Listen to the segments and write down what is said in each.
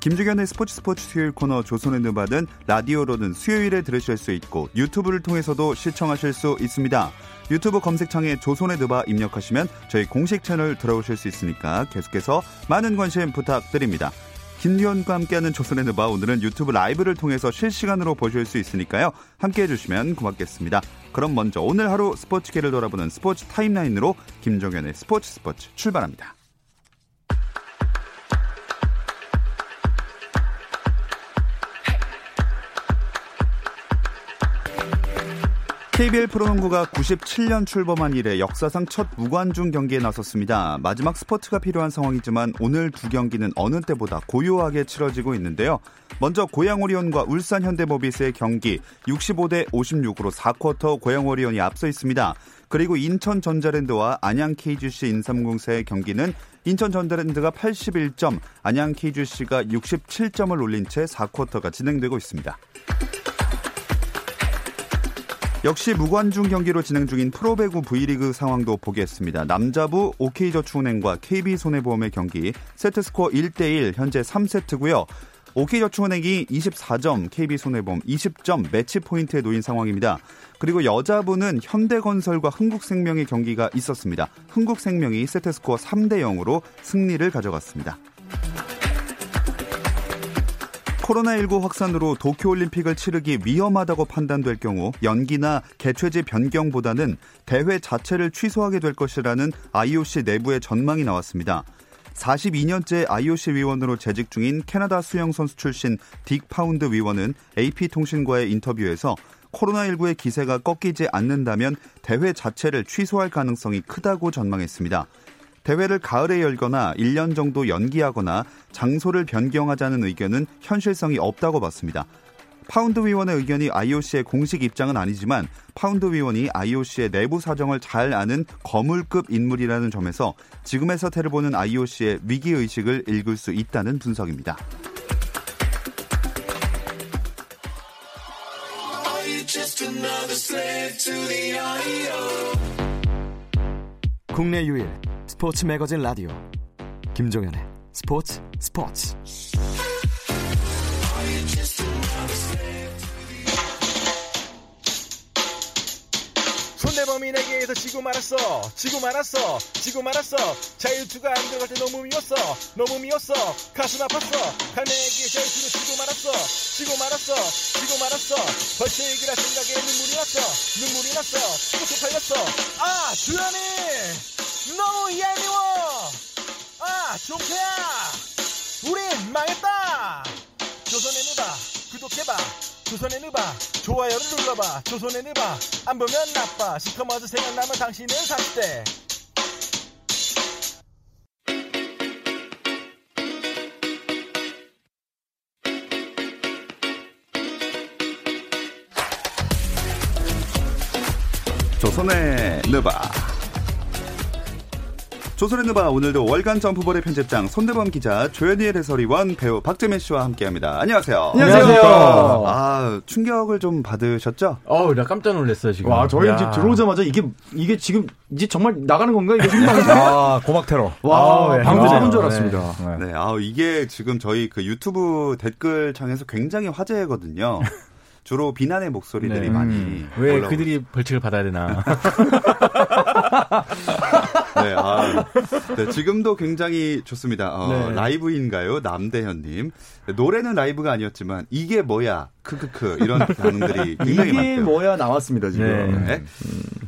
김종현의 스포츠 스포츠 수요일 코너 조선의 너바는 라디오로는 수요일에 들으실 수 있고 유튜브를 통해서도 시청하실 수 있습니다. 유튜브 검색창에 조선의 너바 입력하시면 저희 공식 채널 들어오실 수 있으니까 계속해서 많은 관심 부탁드립니다. 김리원과 함께하는 조선의 누바 오늘은 유튜브 라이브를 통해서 실시간으로 보실 수 있으니까요. 함께해 주시면 고맙겠습니다. 그럼 먼저 오늘 하루 스포츠계를 돌아보는 스포츠 타임라인으로 김종현의 스포츠 스포츠 출발합니다. KBL 프로농구가 97년 출범한 이래 역사상 첫 무관중 경기에 나섰습니다. 마지막 스포츠가 필요한 상황이지만 오늘 두 경기는 어느 때보다 고요하게 치러지고 있는데요. 먼저 고양 오리온과 울산 현대모비스의 경기 65대 56으로 4쿼터 고양 오리온이 앞서 있습니다. 그리고 인천 전자랜드와 안양 KGC 인삼공사의 경기는 인천 전자랜드가 81점, 안양 KGC가 67점을 올린 채 4쿼터가 진행되고 있습니다. 역시 무관중 경기로 진행 중인 프로배구 V리그 상황도 보겠습니다. 남자부 OK저축은행과 KB손해보험의 경기 세트스코어 1대1 현재 3세트고요. OK저축은행이 24점, KB손해보험 20점 매치 포인트에 놓인 상황입니다. 그리고 여자부는 현대건설과 흥국생명의 경기가 있었습니다. 흥국생명이 세트스코어 3대 0으로 승리를 가져갔습니다. 코로나19 확산으로 도쿄올림픽을 치르기 위험하다고 판단될 경우 연기나 개최지 변경보다는 대회 자체를 취소하게 될 것이라는 IOC 내부의 전망이 나왔습니다. 42년째 IOC 위원으로 재직 중인 캐나다 수영 선수 출신 딕 파운드 위원은 AP통신과의 인터뷰에서 코로나19의 기세가 꺾이지 않는다면 대회 자체를 취소할 가능성이 크다고 전망했습니다. 대회를 가을에 열거나 1년 정도 연기하거나 장소를 변경하자는 의견은 현실성이 없다고 봤습니다. 파운드 위원의 의견이 IOC의 공식 입장은 아니지만 파운드 위원이 IOC의 내부 사정을 잘 아는 거물급 인물이라는 점에서 지금의 사태를 보는 IOC의 위기 의식을 읽을 수 있다는 분석입니다. 국내 유일 스포츠 매거진 라디오 김종현의 스포츠 스포츠 손대범인에게 해서 지고 말았어 지고 말았어 지고 말았어 자유투가 안 들어갈 때 너무 미웠어 너무 미웠어 가슴 아팠어 갈매에게 자유투를 지고 말았어 지고 말았어 지고 말았어 벌써 얘기라 생각에 눈물이 났어 눈물이 났어 꽃이 팔렸어 아 주연이 너무 얄미워! 아, 종태야! 우린 망했다! 조선의 누바, 구독해봐! 조선의 누바, 좋아요를 눌러봐! 조선의 누바, 안 보면 나빠! 시커머즈 생각나면 당신은 30대! 조선의 느바 조선의 누바 오늘도 월간 점프볼의 편집장 손대범 기자 조현일 해설위원 배우 박재민 씨와 함께합니다. 안녕하세요. 안녕하세요. 아 충격을 좀 받으셨죠? 어우 나 깜짝 놀랐어요 지금. 아, 와, 저희 이제 들어오자마자 이게 이게 지금 이제 정말 나가는 건가 이게 생방이야? 아, 고막 테러. 와, 아, 방금 아, 잡은 줄 네. 알았습니다. 네. 네, 아 이게 지금 저희 그 유튜브 댓글창에서 굉장히 화제거든요. 주로 비난의 목소리들이 네. 많이 왜 올라오고 그들이 벌칙을 받아야 되나? 네, 아, 네, 지금도 굉장히 좋습니다. 어, 네. 라이브인가요? 남대현님. 네, 노래는 라이브가 아니었지만, 이게 뭐야? 크크크. 이런 반응들이 굉장히 이게 많대요. 뭐야 나왔습니다 지금. 네. 네.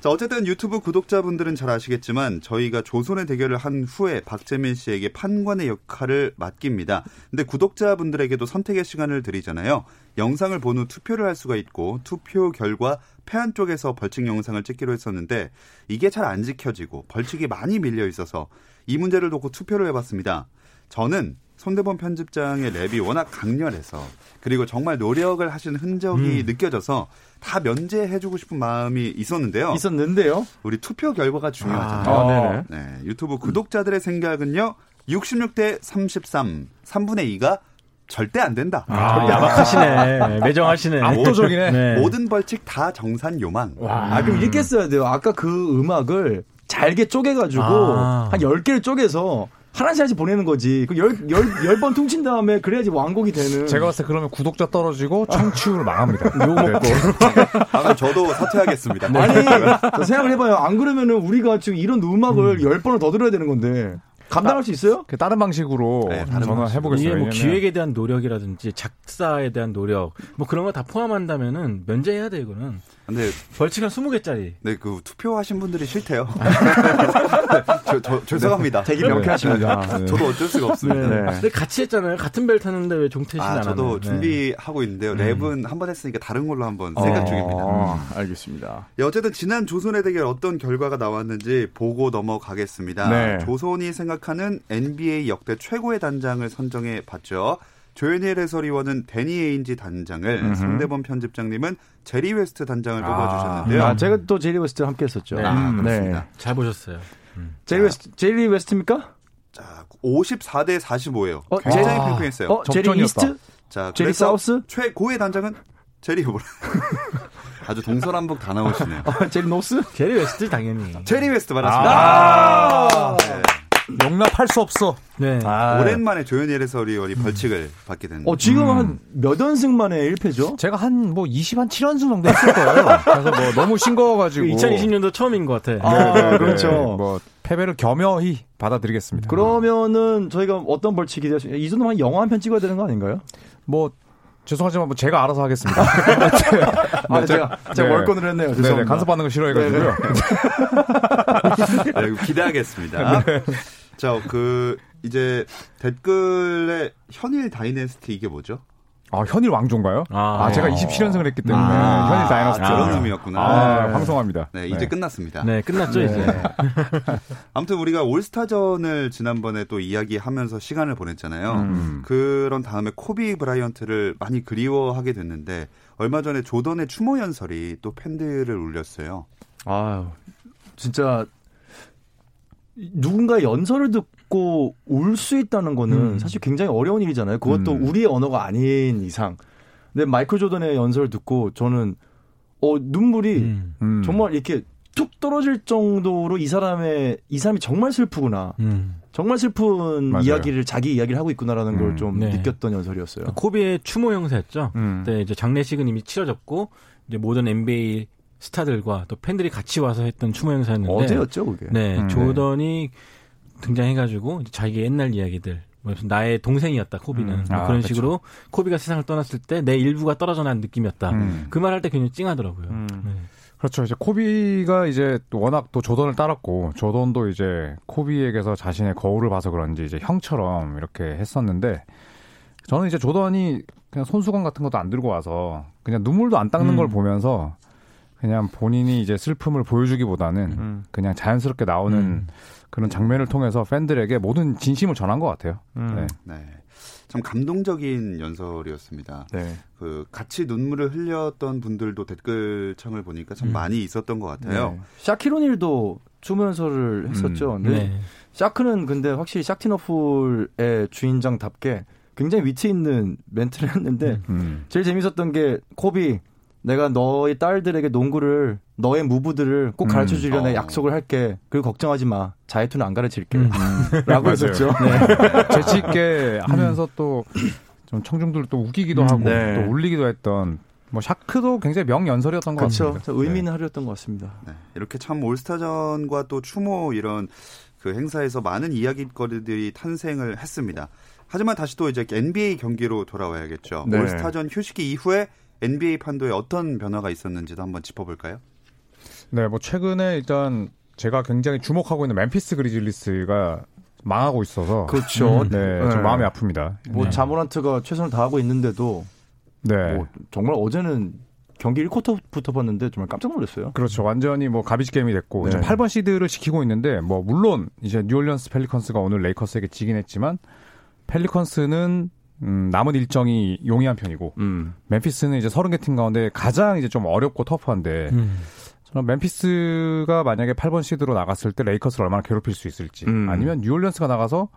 자, 어쨌든 유튜브 구독자분들은 잘 아시겠지만 저희가 조선의 대결을 한 후에 박재민 씨에게 판관의 역할을 맡깁니다. 근데 구독자분들에게도 선택의 시간을 드리잖아요. 영상을 본 후 투표를 할 수가 있고 투표 결과 패한 쪽에서 벌칙 영상을 찍기로 했었는데 이게 잘 안 지켜지고 벌칙이 많이 밀려 있어서 이 문제를 놓고 투표를 해봤습니다. 저는 손대범 편집장의 랩이 워낙 강렬해서 그리고 정말 노력을 하신 흔적이 느껴져서 다 면제해주고 싶은 마음이 있었는데요. 네. 있었는데요. 우리 투표 결과가 중요하잖아요. 아, 네네. 네, 유튜브 구독자들의 생각은요. 66대 33, 3분의 2가 절대 안 된다. 아, 야박하시네. 매정하시네. 압도적이네. 네. 모든 벌칙 다 정산 요망. 아, 그럼 이렇게 써야 돼요. 아까 그 음악을 잘게 쪼개가지고 아. 한 10개를 쪼개서 하나씩 하나씩 보내는 거지. 그 열, 열, 열 번 퉁친 다음에 그래야지 완곡이 되는. 제가 봤을 때 그러면 구독자 떨어지고 청취율 망합니다. 네, 욕 먹고. 아, 저도 사퇴하겠습니다. 아니, 네. 저 생각을 해봐요. 안 그러면은 우리가 지금 이런 음악을 열 번을 더 들어야 되는 건데. 감당할 수 있어요? 그 다른 방식으로 네, 다른 전화 해보겠습니다. 이게 뭐 왜냐면 기획에 대한 노력이라든지 작사에 대한 노력 뭐 그런 거 다 포함한다면은 면제해야 돼 이거는 근데 벌칙은 20개짜리. 네, 그 투표하신 분들이 싫대요. 저, 저, 죄송합니다. 되게 명쾌하십니다. 네. 저도 어쩔 수가 없습니다. 근데 같이 했잖아요. 같은 벨 탔는데 왜 종태진 아, 안 저도 하나요? 네. 준비하고 있는데요. 랩은 한 번 했으니까 다른 걸로 한번 생각 중입니다. 어, 알겠습니다. 예, 어쨌든 지난 조선의 대결 어떤 결과가 나왔는지 보고 넘어가겠습니다. 네. 조선이 생각하는 NBA 역대 최고의 단장을 선정해 봤죠. 조현일 해설위원은 데니 에인지 단장을, 손대범 편집장님은 제리 웨스트 단장을 뽑아주셨는데요. 아, 제가 또 제리 웨스트 함께 했었죠. 네. 아, 음, 그렇습니다. 네. 잘 보셨어요. 제리 웨스트, 제리 웨스트입니까? 자, 54대 45예요. 어, 굉장히 제- 팽팽했어요. 어, 제리 적전이었다. 이스트? 자, 제리 그래서 사우스? 최고의 단장은 제리 뭐라. 아주 동서남북 다 나오시네요. 어, 제리 노스? 게리 웨스트 당연히. 제리 웨스트 말았습니다. 네. 용납할 수 없어. 네. 아, 오랜만에 조현일 해설위원이 벌칙을 받게 됐는데 어, 지금 한 몇 연승 만에 1패죠? 제가 한 뭐 20, 한 7연승 정도 했을 거예요. 그래서 뭐 너무 싱거워가지고. 그 2020년도 처음인 것 같아. 아, 네, 네, 그렇죠. 네. 뭐 패배를 겸허히 받아들이겠습니다. 그러면은 저희가 어떤 벌칙이 되죠? 이 정도면 한 영화 한 편 찍어야 되는 거 아닌가요? 뭐 죄송하지만 뭐 제가 알아서 하겠습니다. 아, 제가, 제가 네. 월권을 했네요. 네, 네, 죄송합니다. 간섭받는 거 싫어해가지고요. 아이고, 네, 기대하겠습니다. 네. 자, 그 이제 댓글에 현일 다이내스티 이게 뭐죠? 아, 현일 왕조인가요? 아, 아, 제가 네. 27연승을 했기 때문에 아, 현일 다이너스티. 그런 의미였구나. 아, 방송합니다. 네, 이제 끝났습니다. 네, 끝났죠 이제. 아무튼 우리가 올스타전을 지난번에 또 이야기하면서 시간을 보냈잖아요. 음. 그런 다음에 코비 브라이언트를 많이 그리워하게 됐는데 얼마 전에 조던의 추모 연설이 또 팬들을 울렸어요. 아유, 진짜 누군가의 연설을 듣고 울 수 있다는 거는 사실 굉장히 어려운 일이잖아요. 그것도 음. 우리의 언어가 아닌 이상. 근데 마이클 조던의 연설을 듣고 저는 어 눈물이 음. 음. 정말 이렇게 툭 떨어질 정도로 이 사람의 이 사람이 정말 슬프구나. 음. 정말 슬픈 맞아요. 이야기를 자기 이야기를 하고 있구나라는 음. 걸 좀 네. 느꼈던 연설이었어요. 코비의 추모 행사였죠. 음. 그때 이제 장례식은 이미 치러졌고 이제 모든 NBA 스타들과 또 팬들이 같이 와서 했던 추모 행사였는데 어제였죠, 그게. 네, 음. 조던이 등장해가지고 이제 자기 옛날 이야기들. 뭐 무슨 나의 동생이었다 코비는 음. 뭐 아, 그런 그쵸. 식으로 코비가 세상을 떠났을 때 내 일부가 떨어져 난 느낌이었다. 음. 그 말 할 때 굉장히 찡하더라고요. 네. 그렇죠. 이제 코비가 이제 또 워낙 또 조던을 따랐고 조던도 이제 코비에게서 자신의 거울을 봐서 그런지 이제 형처럼 이렇게 했었는데 저는 이제 조던이 그냥 손수건 같은 것도 안 들고 와서 그냥 눈물도 안 닦는 음. 걸 보면서 그냥 본인이 이제 슬픔을 보여주기보다는 음. 그냥 자연스럽게 나오는 음. 그런 장면을 통해서 팬들에게 모든 진심을 전한 것 같아요. 음. 음. 네. 네. 참 감동적인 연설이었습니다. 네. 그 같이 눈물을 흘렸던 분들도 댓글창을 보니까 참 많이 있었던 것 네. 같아요. 샤키로닐도 추모 연설을 했었죠. 근데 네. 샤크는 근데 확실히 샤티너풀의 주인장답게 굉장히 위트 있는 멘트를 했는데 음. 제일 재밌었던 게 코비 내가 너의 딸들에게 농구를 너의 무브들을 꼭 가르쳐 주려는 어. 약속을 할게. 그리고 걱정하지 마. 자유투는 안 가르칠게. 음. 라고 맞아요. 했었죠. 네. 네. 재치 있게 하면서 또 좀 청중들을 또 우기기도 하고 네. 또 울리기도 했던 뭐 샤크도 굉장히 명연설이었던 것 그렇죠. 같습니다. 의미 있는 하루였던 것 같습니다. 네. 이렇게 참 올스타전과 또 추모 이런 그 행사에서 많은 이야기거리들이 탄생을 했습니다. 하지만 다시 또 이제 NBA 경기로 돌아와야겠죠. 네. 올스타전 휴식기 이후에 NBA 판도에 어떤 변화가 있었는지도 한번 짚어볼까요? 네, 뭐 최근에 일단 제가 굉장히 주목하고 있는 멤피스 그리즐리스가 망하고 있어서 그렇죠. 네, 좀 마음이 아픕니다. 뭐 자모란트가 최선을 다하고 있는데도 네. 뭐 정말 어제는 경기 1쿼터부터 봤는데 정말 깜짝 놀랐어요. 그렇죠. 완전히 뭐 가비지 게임이 됐고 네. 지금 8번 시드를 지키고 있는데 뭐 물론 이제 뉴올리언스 펠리컨스가 오늘 레이커스에게 지긴 했지만 펠리컨스는 음, 남은 일정이 용이한 편이고 음. 멤피스는 이제 30개 팀 가운데 가장 이제 좀 어렵고 터프한데 음. 저는 멤피스가 만약에 8번 시드로 나갔을 때 레이커스를 얼마나 괴롭힐 수 있을지 음. 아니면 뉴올리언스가 나가서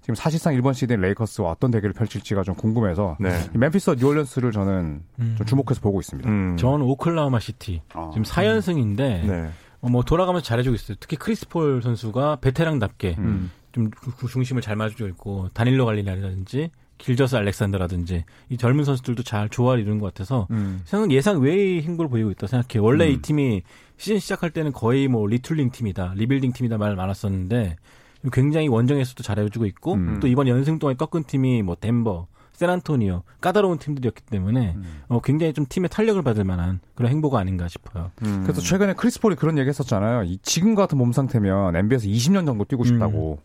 지금 사실상 1번 시드인 레이커스와 어떤 대결을 펼칠지가 좀 궁금해서 네. 이 멤피스와 뉴올리언스를 저는 좀 주목해서 보고 있습니다. 음. 저는 오클라호마 시티 아. 음. 지금 4연승인데 네. 뭐 돌아가면서 잘해주고 있어요. 특히 크리스폴 선수가 베테랑답게 음. 좀 구- 구- 중심을 잘 맞춰주고 있고 다닐로 갈리나라든지 길저스 알렉산더라든지 이 젊은 선수들도 잘 조화를 이루는 것 같아서 음. 저는 예상 외의 행보를 보이고 있다 고 생각해요. 원래 음. 이 팀이 시즌 시작할 때는 거의 뭐 리툴링 팀이다, 리빌딩 팀이다 말 많았었는데 굉장히 원정에서도 잘해주고 있고 음. 또 이번 연승 동안 꺾은 팀이 뭐 덴버, 샌안토니오 까다로운 팀들이었기 때문에 음. 어, 굉장히 좀 팀의 탄력을 받을 만한 그런 행보가 아닌가 싶어요. 그래서 최근에 크리스폴이 그런 얘기 했었잖아요. 이 지금 같은 몸 상태면 NBA에서 20년 정도 뛰고 싶다고.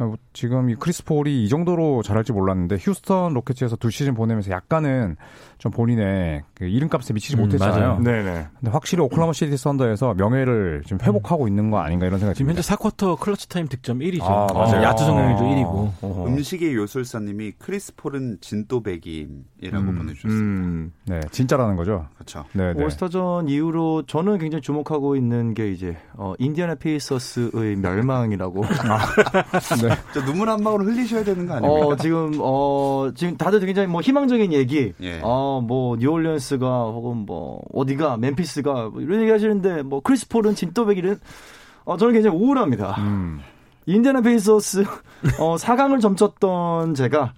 어, 지금 이 크리스폴이 이 정도로 잘할지 몰랐는데 휴스턴 로켓츠에서 두 시즌 보내면서 약간은 좀 본인의 그 이름값에 미치지 음, 못했잖아요. 맞아요. 네네. 근데 확실히 오클라마 시티 썬더에서 명예를 지금 회복하고 있는 거 아닌가 이런 생각이 지금 현재 듭니다. 4쿼터 클러치 타임 득점 1위죠. 어, 아, 맞아요. 야투 성능률도 1위고. 어허. 음식의 요술사님이 크리스폴은 진또배기임이라고 보내주셨어요. 음. 네, 진짜라는 거죠. 그렇죠. 네, 네. 올스타전 이후로 저는 굉장히 주목하고 있는 게 이제 어, 인디애나 페이서스의 멸망이라고. 저 눈물 한 방울 흘리셔야 되는 거 아, 아닙니까? 어, 지금 어, 지금 다들 굉장히 뭐 희망적인 얘기. 예. 어, 뭐 뉴올리언스가 혹은 뭐 어디가 멤피스가 뭐 이런 얘기 하시는데 뭐 크리스폴은 진또백이는 어, 저는 굉장히 우울합니다. 음. 인디애나 페이서스 어, 4강을 점쳤던 제가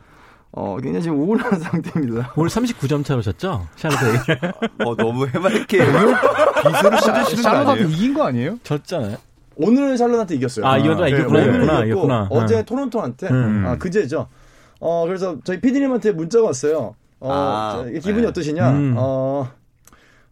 어, 굉장히 지금 우울한 상태입니다. 오늘 39점 차로 졌죠? 샤르페이 어, 너무 해맑게 비수를 쏟으시는 거 샬롯한테 아니에요? 이긴 거 아니에요? 졌잖아요. 오늘은 샬롯한테 이겼어요. 네, 아, 이겼구나, 이겼구나, 오늘 이겼구나, 이겼고 이겼구나. 어제 응. 토론토한테 음. 아, 그제죠. 어, 그래서 저희 피디님한테 문자가 왔어요. 어, 아, 저, 기분이 네. 어떠시냐? 음. 어,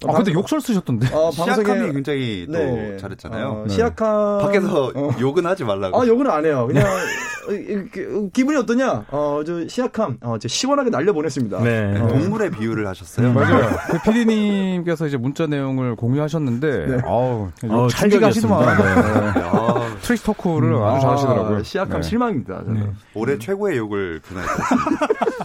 아, 근데 욕설 쓰셨던데. 어, 시약함이 굉장히 또 네. 잘했잖아요. 어, 시약함 밖에서 욕은 하지 말라고. 아, 욕은 안 해요. 그냥 이렇게 기분이 어떠냐? 어, 저 시약함. 어, 저 시원하게 날려 보냈습니다. 네. 네, 동물의 비유를 하셨어요. 맞아요. 그 PD님께서 이제 문자 내용을 공유하셨는데, 아우, 어, 잘 지가시더만. 네, 충격이었습니다. 네. 야, 트리스 토크를 아주 잘하시더라고요. 음. 시약함 네. 실망입니다. 저는. 네. 올해 최고의 욕을 분할했어요.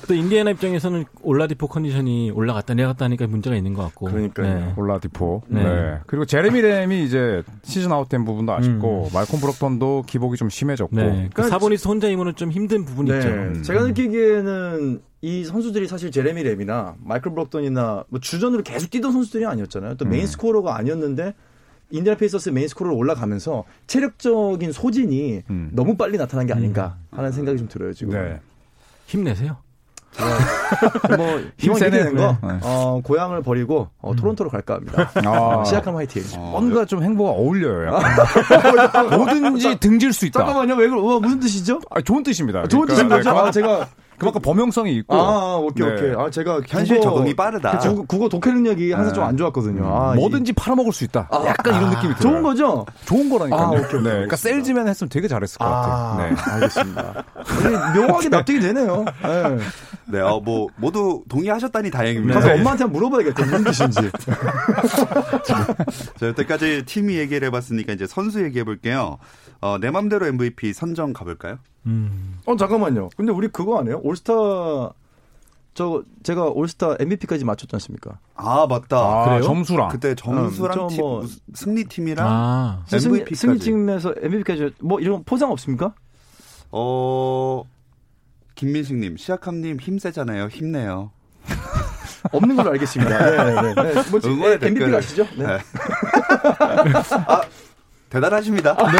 또 인디애나 입장에서는 올라디포 컨디션이 올라갔다 내려갔다 하니까 문제가 있는 것 같고. 그러니까요. 네. 올라디포. 네. 네. 그리고 제레미 램이 이제 시즌 아웃된 부분도 아쉽고, 음. 말콤 브록턴도 기복이 좀 심해졌고. 네. 그 그러니까 사보니스 혼자 임으는 좀 힘든 부분이 네, 있죠. 제가 느끼기에는 이 선수들이 사실 제레미 램이나 마이클 브록턴이나 뭐 주전으로 계속 뛰던 선수들이 아니었잖아요. 또 메인 스코어가 아니었는데 인디애나 페이서스 메인 스코어로 올라가면서 체력적인 소진이 음. 너무 빨리 나타난 게 아닌가 하는 생각이 좀 들어요 지금. 네. 힘내세요. 뭐 힘 이왕 세네. 되는 거 네. 어, 고향을 버리고 어, 토론토로 갈까 합니다. 아, 네. 시작하면 화이팅. 뭔가 좀 행보가 어울려요. 약간. 뭐든지 등질 수 있다. 아. 잠깐만요, 왜 그러? 와, 무슨 뜻이죠? 아, 좋은 뜻입니다. 좋은 뜻인 그러니까 거죠? 아, 제가 그만큼 범용성이 있고. 아, 아, 오케이 네. 오케이. 아, 제가 현실 국어- 적응이 빠르다. 그쵸, 국어, 국어 독해 능력이 항상 네. 좀 안 좋았거든요. 아, 뭐든지 팔아먹을 수 있다. 약간 이런 느낌이 들어요. 좋은 거죠? 좋은 거라니까요. 아, 오케이, 오케이, 네, 알겠습니다. 그러니까 셀즈맨 했으면 되게 잘했을 것 같아요. 네. 알겠습니다. 근데 묘하게 납득이 되네요. 예. 네, 어, 뭐 모두 동의하셨다니 다행입니다. 가서 엄마한테 한번 물어봐야겠다. 무슨 뜻인지. 자, 여태까지 팀 얘기를 해봤으니까 이제 선수 얘기해 볼게요. 어, 내 맘대로 MVP 선정 가볼까요? 음. 어, 잠깐만요. 근데 우리 그거 안 해요? 올스타, 저, 제가 올스타 MVP까지 맞췄지 않습니까? 아, 맞다. 아, 그래요? 점수랑. 그때 점수랑 음, 저 팀, 뭐- 무슨 승리팀이랑 아. 승리, MVP 까지. 승리팀에서 MVP까지, 뭐 이런 포상 없습니까? 어 김민식님, 시약함님 힘 세잖아요. 힘내요. 없는 걸로 알겠습니다. 네, 네, 네. 뭐, 지- 응원의 MVP 댓글을. 가시죠? 네. 네. 아, 대단하십니다. 아, 네.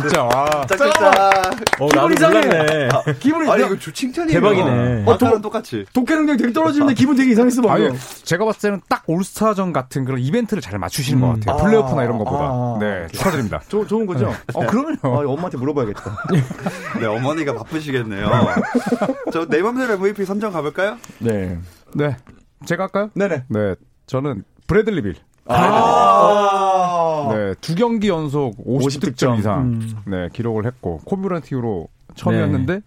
진짜, 와. 짝짝짝. 어, 기분 이상해. 기분이 아니 이상- 이거 주- 칭찬이에요. 어, 대박이네. 아까랑 똑같이. 독해 능력 되게 떨어지는데 기분 되게 이상했어, 아니, 예. 방금. 제가 봤을 때는 딱 올스타전 같은 그런 이벤트를 잘 맞추시는 것 같아요. 아. 플레이오프나 이런 것보다. 아. 네, 축하드립니다. 좋- 좋은 거죠? 어, 아, 그럼요. 엄마한테 물어봐야겠다. 네 어머니가 바쁘시겠네요. 저 내 맘대로 MVP 선정 가볼까요? 네. 네. 제가 할까요? 네네. 네. 저는 브래들리빌. 아. 네, 두 경기 연속 50, 50 득점 득점. 이상 네, 기록을 했고 코브란트 이후로 처음이었는데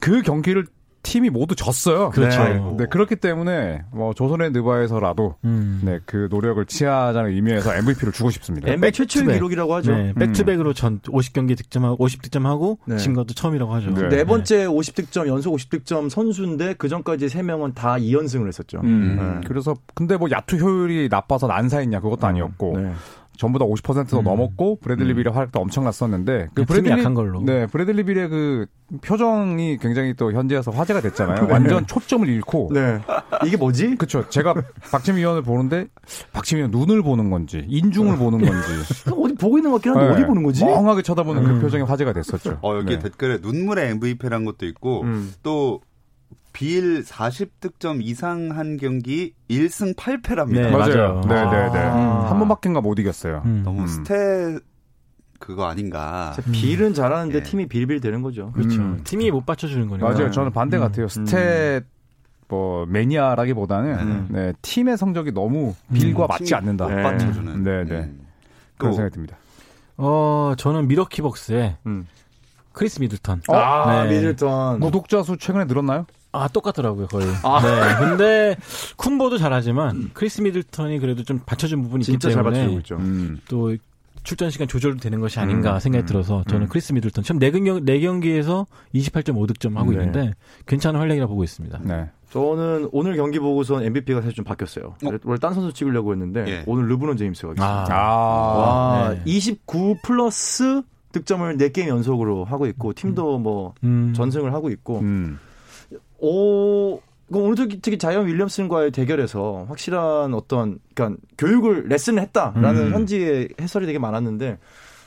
그 경기를 팀이 모두 졌어요. 그렇죠. 네, 네, 그렇기 때문에 뭐 조선의 느바에서라도 음. 네, 그 노력을 치하자는 의미에서 MVP를 주고 싶습니다. NBA 최초의 백투백. 기록이라고 하죠. 네, 백투백으로 전 50경기 득점하고 50득점하고 음. 네. 진 것도 처음이라고 하죠. 네. 네 번째 50득점 연속 50득점 선수인데 그 전까지 세 명은 다 2연승을 했었죠. 음, 네. 그래서 근데 뭐 야투 효율이 나빠서 난사했냐 그것도 아니었고 네. 음. 전부 다 50%도 넘었고 브래들리 빌의 활약도 엄청났었는데 그 팀이 약한 걸로. 네 브래들리 빌의 그 표정이 굉장히 또 현지에서 화제가 됐잖아요. 완전 초점을 잃고 네. 이게 뭐지? 그렇죠. 제가 박지민 위원을 보는데 박지민 위원 눈을 보는 건지 인중을 보는 건지 어디 보고 있는 것 같긴 한데 어디 네. 보는 거지? 음. 멍하게 쳐다보는 그 표정이 화제가 됐었죠. 어, 여기 네. 음. 댓글에 눈물의 MVP란 것도 있고 음. 또 비일 40득점 이상 한 경기 1승 8패랍니다. 네, 맞아요. 네네네. 아. 한 번밖에인가 못 이겼어요. 음. 너무 스탯 그거 아닌가. 빌은 잘하는데 예. 팀이 빌빌 되는 거죠. 음. 그렇죠. 음. 팀이 못 받쳐주는 거니까. 맞아요. 저는 반대 같아요. 스탯 뭐 매니아라기보다는 네, 팀의 성적이 너무 빌과 맞지 팀이 않는다. 못 받쳐주는. 네, 네. 음. 그런 또 생각이 듭니다. 어, 저는 미러키 벅스의 음. 크리스 미들턴. 아, 네. 미들턴. 아, 구독자 수 최근에 늘었나요? 아, 똑같더라고요, 거의. 네. 근데 쿤보도 잘하지만 크리스 미들턴이 그래도 좀 받쳐준 부분이 있기 진짜 잘 때문에 받쳐주고 있죠. 음, 음. 또 출전 시간 조절도 되는 것이 아닌가 생각이 들어서 저는 크리스 미들턴 처음 네 경기 네 경기에서 28.5득점 하고 네. 음. 있는데 괜찮은 활약이라 보고 있습니다. 네. 저는 오늘 경기 보고선 MVP가 사실 좀 바뀌었어요. 원래 딴 선수 찍으려고 했는데 예. 오늘 르브론 제임스가 있어요. 아, 아. 와, 네. 29 플러스 득점을 4게임 연속으로 하고 있고 팀도 뭐 음. 전승을 하고 있고 음. 오, 그럼 오늘 특히, 특히 자이언 윌리엄슨과의 대결에서 확실한 어떤, 그러니까 교육을 레슨을 했다라는 음. 현지의 해설이 되게 많았는데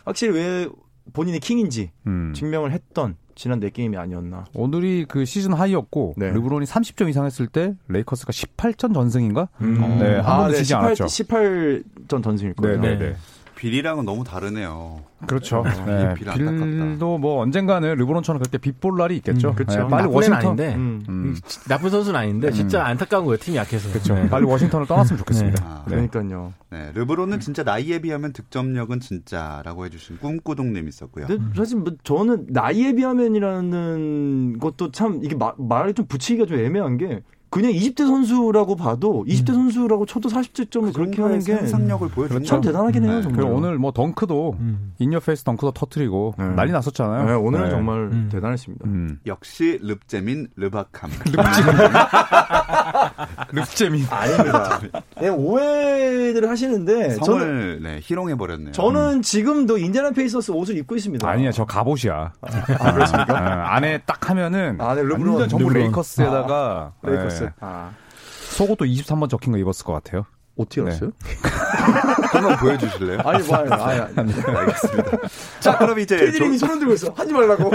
확실히 왜 본인이 킹인지 음. 증명을 했던 지난 네 게임이 아니었나. 오늘이 그 시즌 하이였고 네. 르브론이 30점 이상 했을 때 레이커스가 18전 전승인가? 음. 네, 한 번도 지지 18, 않았죠. 18전 전승일 거예요. 네. 빌이랑은 너무 다르네요. 그렇죠. 네. 빌 안타깝다. 빌도 뭐 언젠가는 르브론처럼 그렇게 빗볼 날이 있겠죠. 음, 그렇죠. 네, 빨리 나쁜 애는 워싱턴 아닌데 음. 음. 나쁜 선수는 아닌데 진짜 안타까운 거예요 팀이 약해서. 그렇죠. 네. 빨리 워싱턴을 떠났으면 좋겠습니다. 아, 네. 그러니까요. 네, 르브론은 진짜 나이에 비하면 득점력은 진짜라고 해주신 꿈꾸동님 있었고요. 근데 사실 뭐 저는 나이에 비하면이라는 것도 참 이게 마- 말이 좀 붙이기가 좀 애매한 게 그냥 20대 선수라고 봐도 20대 음. 선수라고 쳐도 40점을 그렇게 하는 게 참 상상력을 그렇죠. 보여준 대단하긴 해요, 네. 정말. 그리고 오늘 뭐 덩크도 인여페이스 덩크도 터트리고 네. 난리 났었잖아요. 네, 오늘은 네. 정말 음. 대단했습니다. 음. 역시 릅재민 르박함. 아, 릅재민. 아닙니다. 네, 오해들을 하시는데 저는 성을 네, 희롱해 버렸네요. 저는 지금도 인디애나 페이서스 옷을 입고 있습니다. 아니야, 저 갑옷이야. 아, 그렇습니까? 아, 안에 딱 하면은 아, 네, 르브론. 완전 전부 르브론. 레이커스에다가 레이커스. 네, 아, 속옷도 23번 적힌 거 입었을 것 같아요. 어떻게 알았어요? 한번 보여주실래요? 아니, 뭐, 아니, 아니, 아니. 알겠습니다. 자, 그럼 이제 조, 피디님이 손 흔들고 있어. 하지 말라고.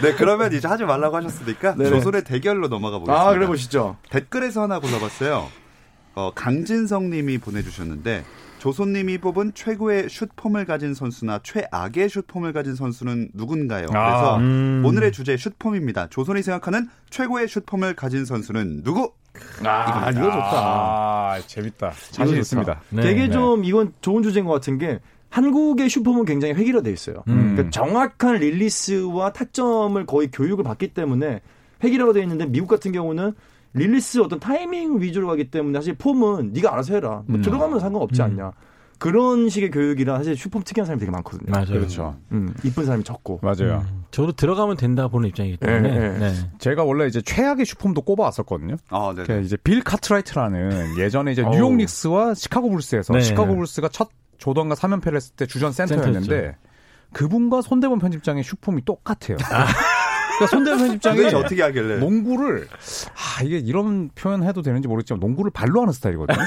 네 그러면 이제 하지 말라고 하셨으니까 네네. 조선의 대결로 넘어가 보겠습니다. 아, 그래 보시죠. 댓글에서 하나 골라봤어요. 어, 강진성님이 보내주셨는데 조선님이 뽑은 최고의 슛폼을 가진 선수나 최악의 슛폼을 가진 선수는 누군가요? 그래서 아, 오늘의 주제 슛폼입니다. 조선이 생각하는 최고의 슛폼을 가진 선수는 누구? 아, 이거 좋다. 재밌다. 자신 이거 좋다. 있습니다. 네, 되게 네. 좀 이건 좋은 주제인 것 같은 게 한국의 슈퍼는 굉장히 획일화돼 있어요. 그러니까 정확한 릴리스와 타점을 거의 교육을 받기 때문에 획일화가 돼 있는데 미국 같은 경우는 릴리스 어떤 타이밍 위주로 가기 때문에 사실 폼은 네가 알아서 해라. 뭐 들어가면 상관없지 않냐. 그런 식의 교육이라 사실 슈퍼 특이한 사람이 되게 많거든요. 맞아요. 음, 그렇죠. 음, 이쁜 사람이 적고. 맞아요. 저도 들어가면 된다 보는 입장이기 때문에 예, 예. 네. 제가 원래 이제 최악의 슈폼도 꼽아왔었거든요. 아, 네. 그 이제 빌 카트라이트라는 예전에 이제 뉴욕 닉스와 시카고 불스에서 네. 시카고 불스가 첫 조던과 3연패를 했을 때 주전 센터였는데 센터였죠. 그분과 손대범 편집장의 슈폼이 똑같아요. 그러니까 손대범 편집장이 도대체 어떻게 하길래? 농구를 아 이게 이런 표현 해도 되는지 모르겠지만 농구를 발로 하는 스타일이거든요.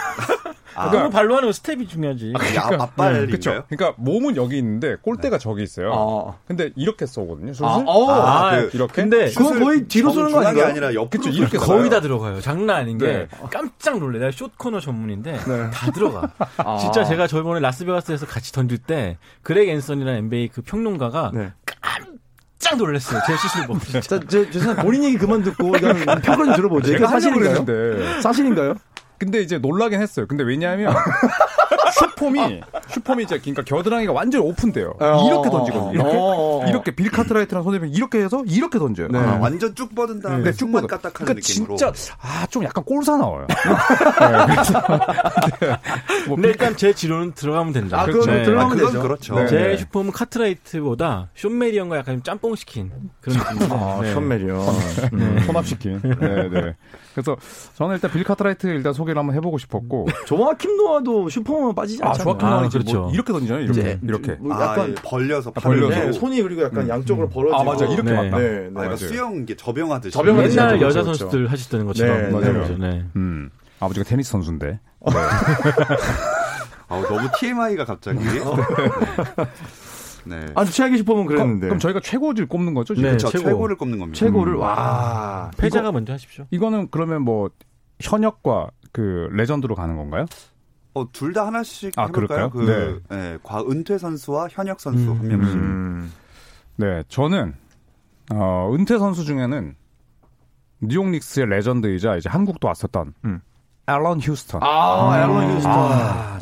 아, 아, 그거 발로 하는 스텝이 아, 중요하지. 아, 야, 앞발인가요? 그렇죠. 그러니까 몸은 여기 있는데 골대가 저기 있어요. 아. 근데 이렇게 쏘거든요. 슛을. 아, 어. 아, 아, 그 이렇게? 근데 그건 거의 뒤로 쏘는 거 정중앙이 아닌가요? 아니라 옆으로 그쵸, 쏘는 이렇게 거예요. 거의 다 들어가요. 장난 아닌 네. 게 깜짝 놀래. 내가 숏 코너 전문인데 다 들어가. 진짜 제가 저번에 라스베가스에서 같이 던질 때 그렉 앤선이라는 NBA 그 평론가가 네. 깜짝 놀랐어요. 제 슛을 보고. 자, 저, 죄송합니다. 본인 얘기 그만 듣고 이거는 평가 좀 들어보죠. 이게 제가 하려고 사실인가요? 그랬는데 사실인가요? 근데 이제 놀라긴 했어요. 근데 왜냐하면 슈폼이 슈폼이 이제 그러니까 겨드랑이가 완전히 오픈돼요. 어, 이렇게 어, 던지거든요. 어, 이렇게 어, 어. 이렇게 빌 카트라이트랑 손흥민 이렇게 해서 이렇게 던져요. 네. 아, 아, 완전 쭉 뻗은 다음에 네, 쭉만 뻗어요. 까딱하는 그러니까 느낌으로. 진짜 아 좀 약간 꼴사 나와요. 네, 그래서 네, 뭐 근데 일단 제 지론은 들어가면 된다. 아, 그건 네. 아, 들어가면 그건 되죠. 그렇죠. 네. 제 슈퍼는 카트라이트보다 쇼메리언과 약간 좀 짬뽕 시킨 그런 느낌인데. 아, 네. 션메리요. 음, 혼합시킨. 네, 네. 그래서 저는 일단 빌 카트라이트 일단 소개를 한번 해보고 싶었고. 조마 킴노아도 슈퍼맨 빠지지 아, 음. 않잖아요. 조아킨 아, 그렇죠. 그렇죠. 뭐 이렇게 던지잖아요. 이렇게 이제 이렇게. 뭐 아, 약간 예, 벌려서 벌려서. 팔을 네, 놓고. 손이 그리고 약간 양쪽으로 벌어지고. 아 맞아 이렇게 네. 맞다. 네, 아, 네. 그러니까 맞아요. 수영 이게 접영 하듯이. 접영을 옛날 그렇죠, 여자 그렇죠. 선수들 하시던 것처럼. 네, 맞아요. 그렇죠. 네. 음 아버지가 테니스 선수인데. 어, 네. 아우, 너무 TMI가 갑자기. 어, 네. 네. 아, 최악의 슈퍼맨 그랬는데. 그럼 저희가 최고를 꼽는 거죠? 지금? 네, 그렇죠. 최고. 최고. 를 꼽는 겁니다. 음. 최고를 와. 패자가 먼저 하십시오. 이거는 그러면 뭐 현역과 그 레전드로 가는 건가요? 어, 둘 다 하나씩 아, 해볼까요? 그럴까요? 그, 네. 과 은퇴 선수와 현역 선수 한 음. 명씩. 네, 저는 어, 은퇴 선수 중에는 뉴욕 닉스의 레전드이자 이제 한국도 왔었던 음. 앨런 휴스턴. 아, 음. 앨런 휴스턴. 아,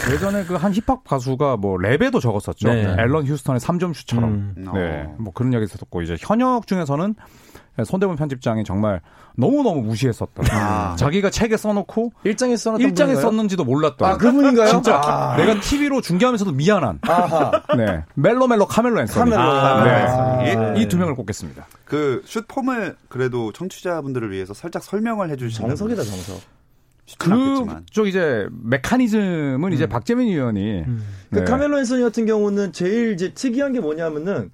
진짜 예전에 그 한 힙합 가수가 뭐 랩에도 적었었죠. 네. 앨런 휴스턴의 3점 슛처럼. 음. 어. 네, 뭐 그런 이야기 있었고 이제 현역 중에서는 손대문 편집장이 정말 너무 너무 무시했었던. 아. 자기가 책에 써놓고 일장에 써놨던 일장에 분인가요? 썼는지도 몰랐던. 아, 그분인가요? 진짜 아. 내가 TV로 중계하면서도 미안한. 아하. 네, 멜로 멜로 카멜로 앤서니. 카멜로. 아, 네. 이 두 명을 꼽겠습니다. 그 슛폼을 그래도 청취자분들을 위해서 살짝 설명을 해주시면 정석이다, 정석. 쉽진 않겠지만. 그쪽 이제 메커니즘은 이제 박재민 위원이 음. 그 네. 카멜로 앤서니 같은 경우는 제일 이제 특이한 게 뭐냐면은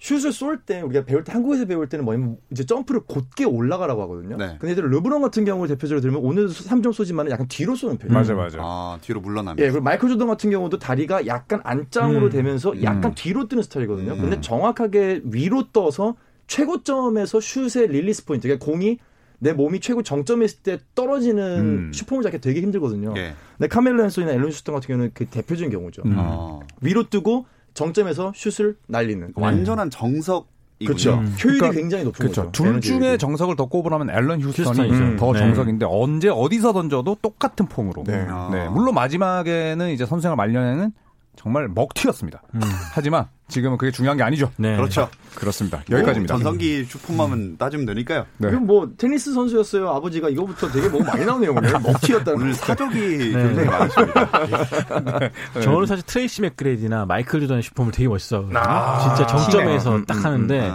슛을 쏠 때 우리가 배울 때 한국에서 배울 때는 뭐냐면 이제 점프를 곧게 올라가라고 하거든요. 네. 근데 예를 들어 르브론 같은 경우 대표적으로 들면 오늘도 3점 쏘지만 약간 뒤로 쏘는 편이에요. 맞아 음. 맞아. 아 뒤로 물러나면. 예, 그리고 마이클 조던 같은 경우도 다리가 약간 안짱으로 음. 되면서 약간 음. 뒤로 뜨는 스타일이거든요. 근데 정확하게 위로 떠서 최고점에서 슛의 릴리스 포인트, 그러니까 공이 내 몸이 최고 정점에 있을 때 떨어지는 음. 슈퍼볼 잡기 되게 힘들거든요. 예. 근데 카멜로 앤소니나 앨런 슈턴 같은 경우는 그 대표적인 경우죠. 음. 어. 위로 뜨고 정점에서 슛을 날리는. 완전한 정석이군요. 그렇죠. 음. 효율이 그러니까- 굉장히 높은 그렇죠. 거죠. 둘 에너지 중에 효율이. 정석을 더 꼽으라면 앨런 휴스턴이 휴스턴이죠. 더 네. 정석인데 언제 어디서 던져도 똑같은 폼으로. 네. 아. 네, 물론 마지막에는 이제 선수생활 말년에는 정말 먹튀였습니다. 음. 하지만 지금은 그게 중요한 게 아니죠. 네. 그렇죠. 그렇습니다. 뭐 네. 여기까지입니다. 전성기 슈폼만 따지면 되니까요. 네. 이건 뭐 테니스 선수였어요. 아버지가 이거부터 되게 뭐 많이 나오네요. 오늘 먹튀였다는. 오늘 사족이 굉장히 많으십니다. 저는 사실 트레이시 맥그레디나 마이클 조던의 슈퍼볼 되게 멋있어. 진짜 정점에서 딱 하는데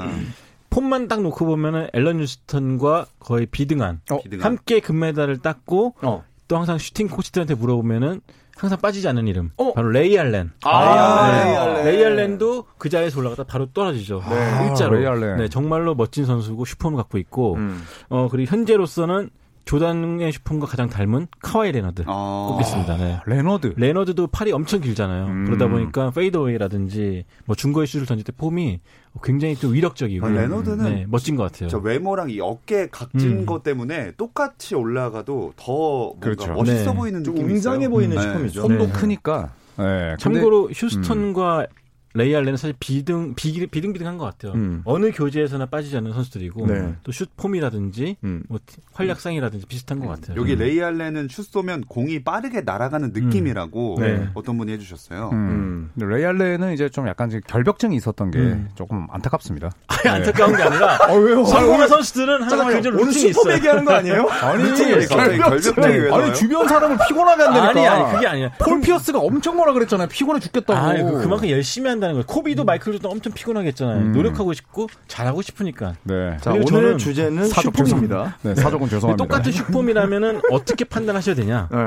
폼만 딱 놓고 보면은 앨런 유스턴과 거의 비등한 어, 비등한. 함께 금메달을 땄고 어. 또 항상 슈팅 코치들한테 물어보면은 항상 빠지지 않는 이름 어? 바로 레이 알렌. 아, 네. 레이 알렌. 레이 알렌도 그 자리에서 올라갔다 바로 떨어지죠. 일자로. 레이 알렌. 네, 정말로 멋진 선수고 슈퍼을 갖고 있고 음. 어 그리고 현재로서는 조단의 슈퍼과 가장 닮은 카와이 레너드 어. 꼽겠습니다. 네. 레너드. 레너드도 팔이 엄청 길잖아요. 그러다 보니까 페이드웨이라든지 뭐 중거리 슛을 던질 때 폼이 굉장히 좀 위력적이고 아, 레너드는 네, 멋진 것 같아요. 저 외모랑 이 어깨 각진 음. 것 때문에 똑같이 올라가도 더 뭔가 그렇죠. 멋있어 네. 보이는 좀 느낌이 웅장해 있어요. 보이는 네. 슈퍼이죠. 손도 네. 크니까. 네. 근데 참고로 휴스턴과 레이 알렌은 사실 비등 비, 비등비등한 것 같아요. 음. 어느 교제에서나 빠지지 않는 선수들이고 네. 또 슛 폼이라든지 뭐 티- 활약상이라든지 비슷한 것 같아요. 음. 여기 레이 알렌은 슛 쏘면 공이 빠르게 음. 날아가는 느낌이라고 네. 어떤 분이 해주셨어요. 음. 근데 레이 알렌은 이제 좀 약간 이제 결벽증이 있었던 게 조금 안타깝습니다. 아니, 안타까운 게 아니라 아 왜요? 성공한 선수들은 아, 항상 잠깐만요. 음. 굉장히 오늘 루틴이 슈퍼 있어요. 얘기하는 거 아니에요? 아니, 갑자기 결벽증이 왜 나와요? 아니 주변 사람을 피곤하게 한다니까. 아니 아니 그게 아니야. 폴 피어스가 엄청 뭐라 그랬잖아요. 피곤해 죽겠다고. 아, 그- 그만큼 열심히 한다는 거예요. 코비도 마이클 조던 엄청 피곤하게 했잖아요. 음. 노력하고 싶고 잘하고 싶으니까. 네. 자, 그리고 오늘의 저는 주제는 사족 슈퍼입니다. 네, 근데 사족은 죄송합니다. 똑같은 슈폼이라면은 어떻게 판단하셔야 되냐? 네.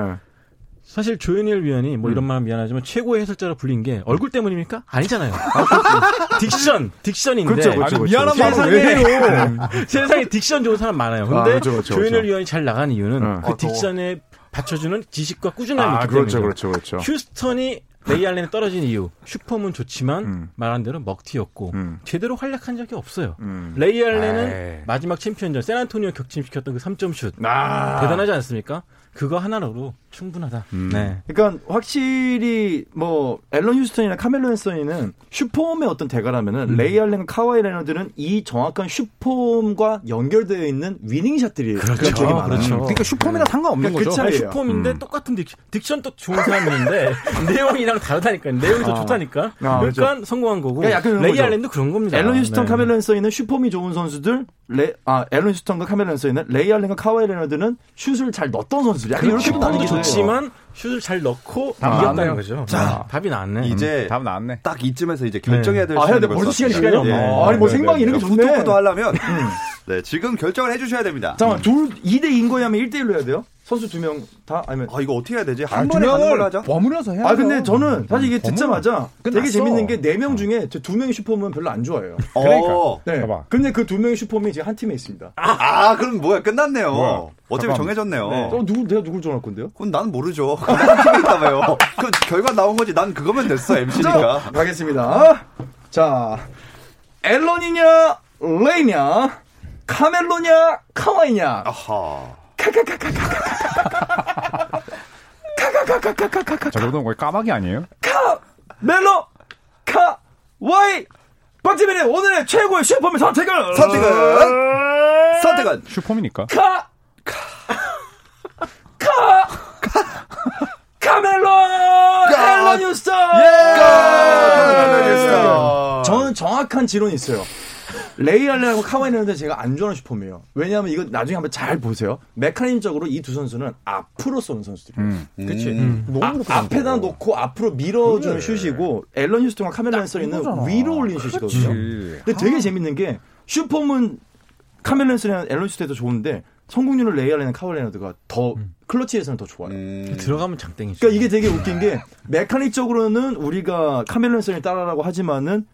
사실 조현일 위원이 뭐 음. 이런 말은 미안하지만 최고의 해설자로 불린 게 얼굴 때문입니까? 아니잖아요. 딕션, 딕션인데. 그렇죠, 그렇죠. 음. 아니, 미안한 말을 세상에, 왜 해요? 세상에 딕션 좋은 사람 많아요. 근데 아, 그렇죠, 그렇죠, 조현일 그렇죠. 위원이 잘 나간 이유는 네. 그 딕션에 받쳐주는 지식과 꾸준함이 있기 때문이죠. 아, 그렇죠. 휴스턴이 레이 알렌에 떨어진 이유 슈퍼문 좋지만 음. 말한 대로 먹튀였고 음. 제대로 활약한 적이 없어요. 음. 레이 알렌은 에이. 마지막 챔피언전 샌안토니오 격침시켰던 그 3점 슛 아, 예. 아, 대단하지 않습니까? 그거 하나로 충분하다. 음. 네. 그러니까 확실히 뭐 앨런 휴스턴이나 카멜로 앤서니는 슈퍼홈의 어떤 대가라면은 레이 알렌과 카와이 레너드는 이 정확한 슈퍼홈과 연결되어 있는 위닝샷들이 그렇죠. 되게 많아요. 그렇죠. 아, 그러니까 슈퍼맨이랑 상관없는 그러니까 그 거죠. 차이예요. 슈퍼인데 똑같은 딕션, 딕션도 좋은 사람인데 음. 내용이랑 다르다니까 내용이 더 좋다니까 아, 그러니까 그렇죠. 성공한 거고 그러니까 약간 그런 레이 거죠. 알렌도 그런 겁니다. 앨런 휴스턴, 네. 카멜로 앤서니는 슈폼이 좋은 선수들, 레, 아, 앨런 휴스턴과 카멜로 앤서니는 레이 알렌과 카와이 레너드는 슛을 잘 넣었던 선수들. 약간 이렇게 슈퍼도 나뉘기도 해요. 좋지만 슛을 잘 넣고 다 이겼다는 나왔네요. 거죠. 자, 답이 나왔네. 이제 답 나왔네. 딱 이쯤에서 이제 결정해야 될 아, 해야 돼. 시간이 벌써 시간이 왔습니다. 시간이 없네. 아니, 뭐 생방이 이런 게 좋네. 그러니까 음. 후토크도 하려면 네, 지금 결정을 해주셔야 됩니다. 잠깐만, 둘, 2대 2인 거냐면 1대 1로 해야 돼요? 선수 두 명 다? 아니면. 아 이거 어떻게 해야 되지? 한 아, 두 번에 가는 걸로 명을 하자. 버무려서 해야 아 근데 저는 사실 이게 어머. 듣자마자 되게 끝났어. 재밌는 게 네 명 중에 저 두 명이 슈퍼맨 별로 안 좋아해요. 그러니까. 어. 네. 봐봐. 근데 그 두 명의 슈퍼맨이 지금 한 팀에 있습니다. 아 그럼 뭐야 끝났네요. 뭐야. 어차피 잠깐만. 정해졌네요. 어, 누구 내가 누구를 정할 건데요? 그건 난 모르죠. 그건 한 팀이 있다며요. 그 결과 나온 거지. 난 그거면 됐어 MC니까. 자, 가겠습니다. 자, 앨런이냐 레이냐 카멜로냐 카와이냐 아하. 저 정도면 거의 까마귀 아니에요? 멜로 카와이 박재민의 오늘의 최고의 슈퍼맨 선택을 선택은 선택은 슈퍼미니까. 카! 카! 카! 카멜로! 예. 앨런 뉴스터! 저는 정확한 지론이 있어요. 레이 알렌하고 카와이 레는데 제가 안 좋아하는 슈퍼맨이에요. 왜냐하면 이거 나중에 한번 잘 보세요. 메카니즘적으로 이 두 선수는 앞으로 쏘는 선수들이에요. 그치? 음. 뭐 너무 아, 음. 앞에다 놓고 앞으로 밀어주는 슛이고, 앨런 휴스턴과 카멜로 앤서리는 위로 올린 슛이거든요. 근데 되게 재밌는 게 슈퍼문 카멜런스랑 앨런스테도 좋은데 성공률을 레이알렌 카월레너드가 더 클러치에서는 더 좋아요. 음. 들어가면 장땡이죠. 그러니까 이게 되게 웃긴 게 메카닉적으로는 우리가 카멜런스를 따라라고 하지만은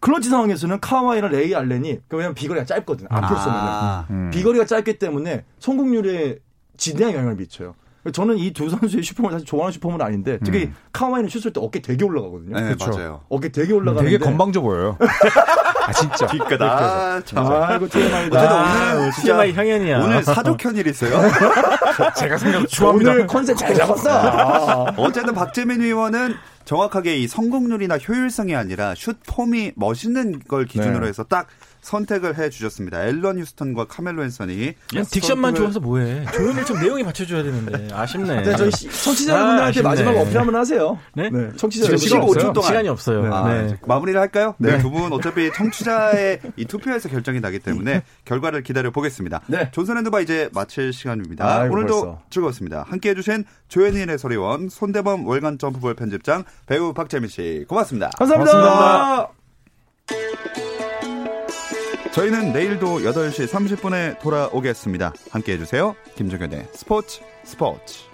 클러치 상황에서는 카와이랑 레이 알렌이 그 왜냐면 비거리가 짧거든 앞으로 쏘면은 아. 비거리가 짧기 때문에 성공률에 지대한 영향을 미쳐요. 저는 이 두 선수의 슈퍼맨 사실 좋아하는 슈퍼맨은 아닌데 특히 카와이는 슛을 때 어깨 되게 올라가거든요. 네, 맞아요. 어깨 되게 올라가는데 되게 건방져 보여요. 아 진짜. 아, 참. 아 이거 TMI다. 어쨌든 아, 오늘 진짜 TMI 향연이야. 오늘 사족 현일 있어요. 제가 생각 오늘 컨셉 잘 잡았어. 어쨌든 박재민 의원은 정확하게 이 성공률이나 효율성이 아니라 슛 폼이 멋있는 걸 기준으로 해서 딱 선택을 해 주셨습니다. 앨런 휴스턴과 카멜로 앤서니. 딕션만 좋아서 뭐해. 조용히 좀 내용이 받쳐줘야 되는데 아쉽네. 네, 저희 시- 청취자분들한테 아, 아쉽네. 마지막 어필 한번 하세요. 네? 청취자 지금 여러분. 시간 15초 없어요? 동안 시간이 없어요. 아, 네. 이제 마무리를 할까요? 네. 두 분 어차피 청취자의 이 투표에서 결정이 나기 때문에 결과를 기다려 보겠습니다. 네. 존선앤드바 이제 마칠 시간입니다. 아이고, 오늘도 벌써. 즐거웠습니다. 함께 해주신 조현일 해설위원, 손대범 월간 점프볼 편집장, 배우 박재민 씨 고맙습니다. 감사합니다. 저희는 내일도 8시 30분에 돌아오겠습니다. 함께 해주세요. 김종현의 스포츠 스포츠.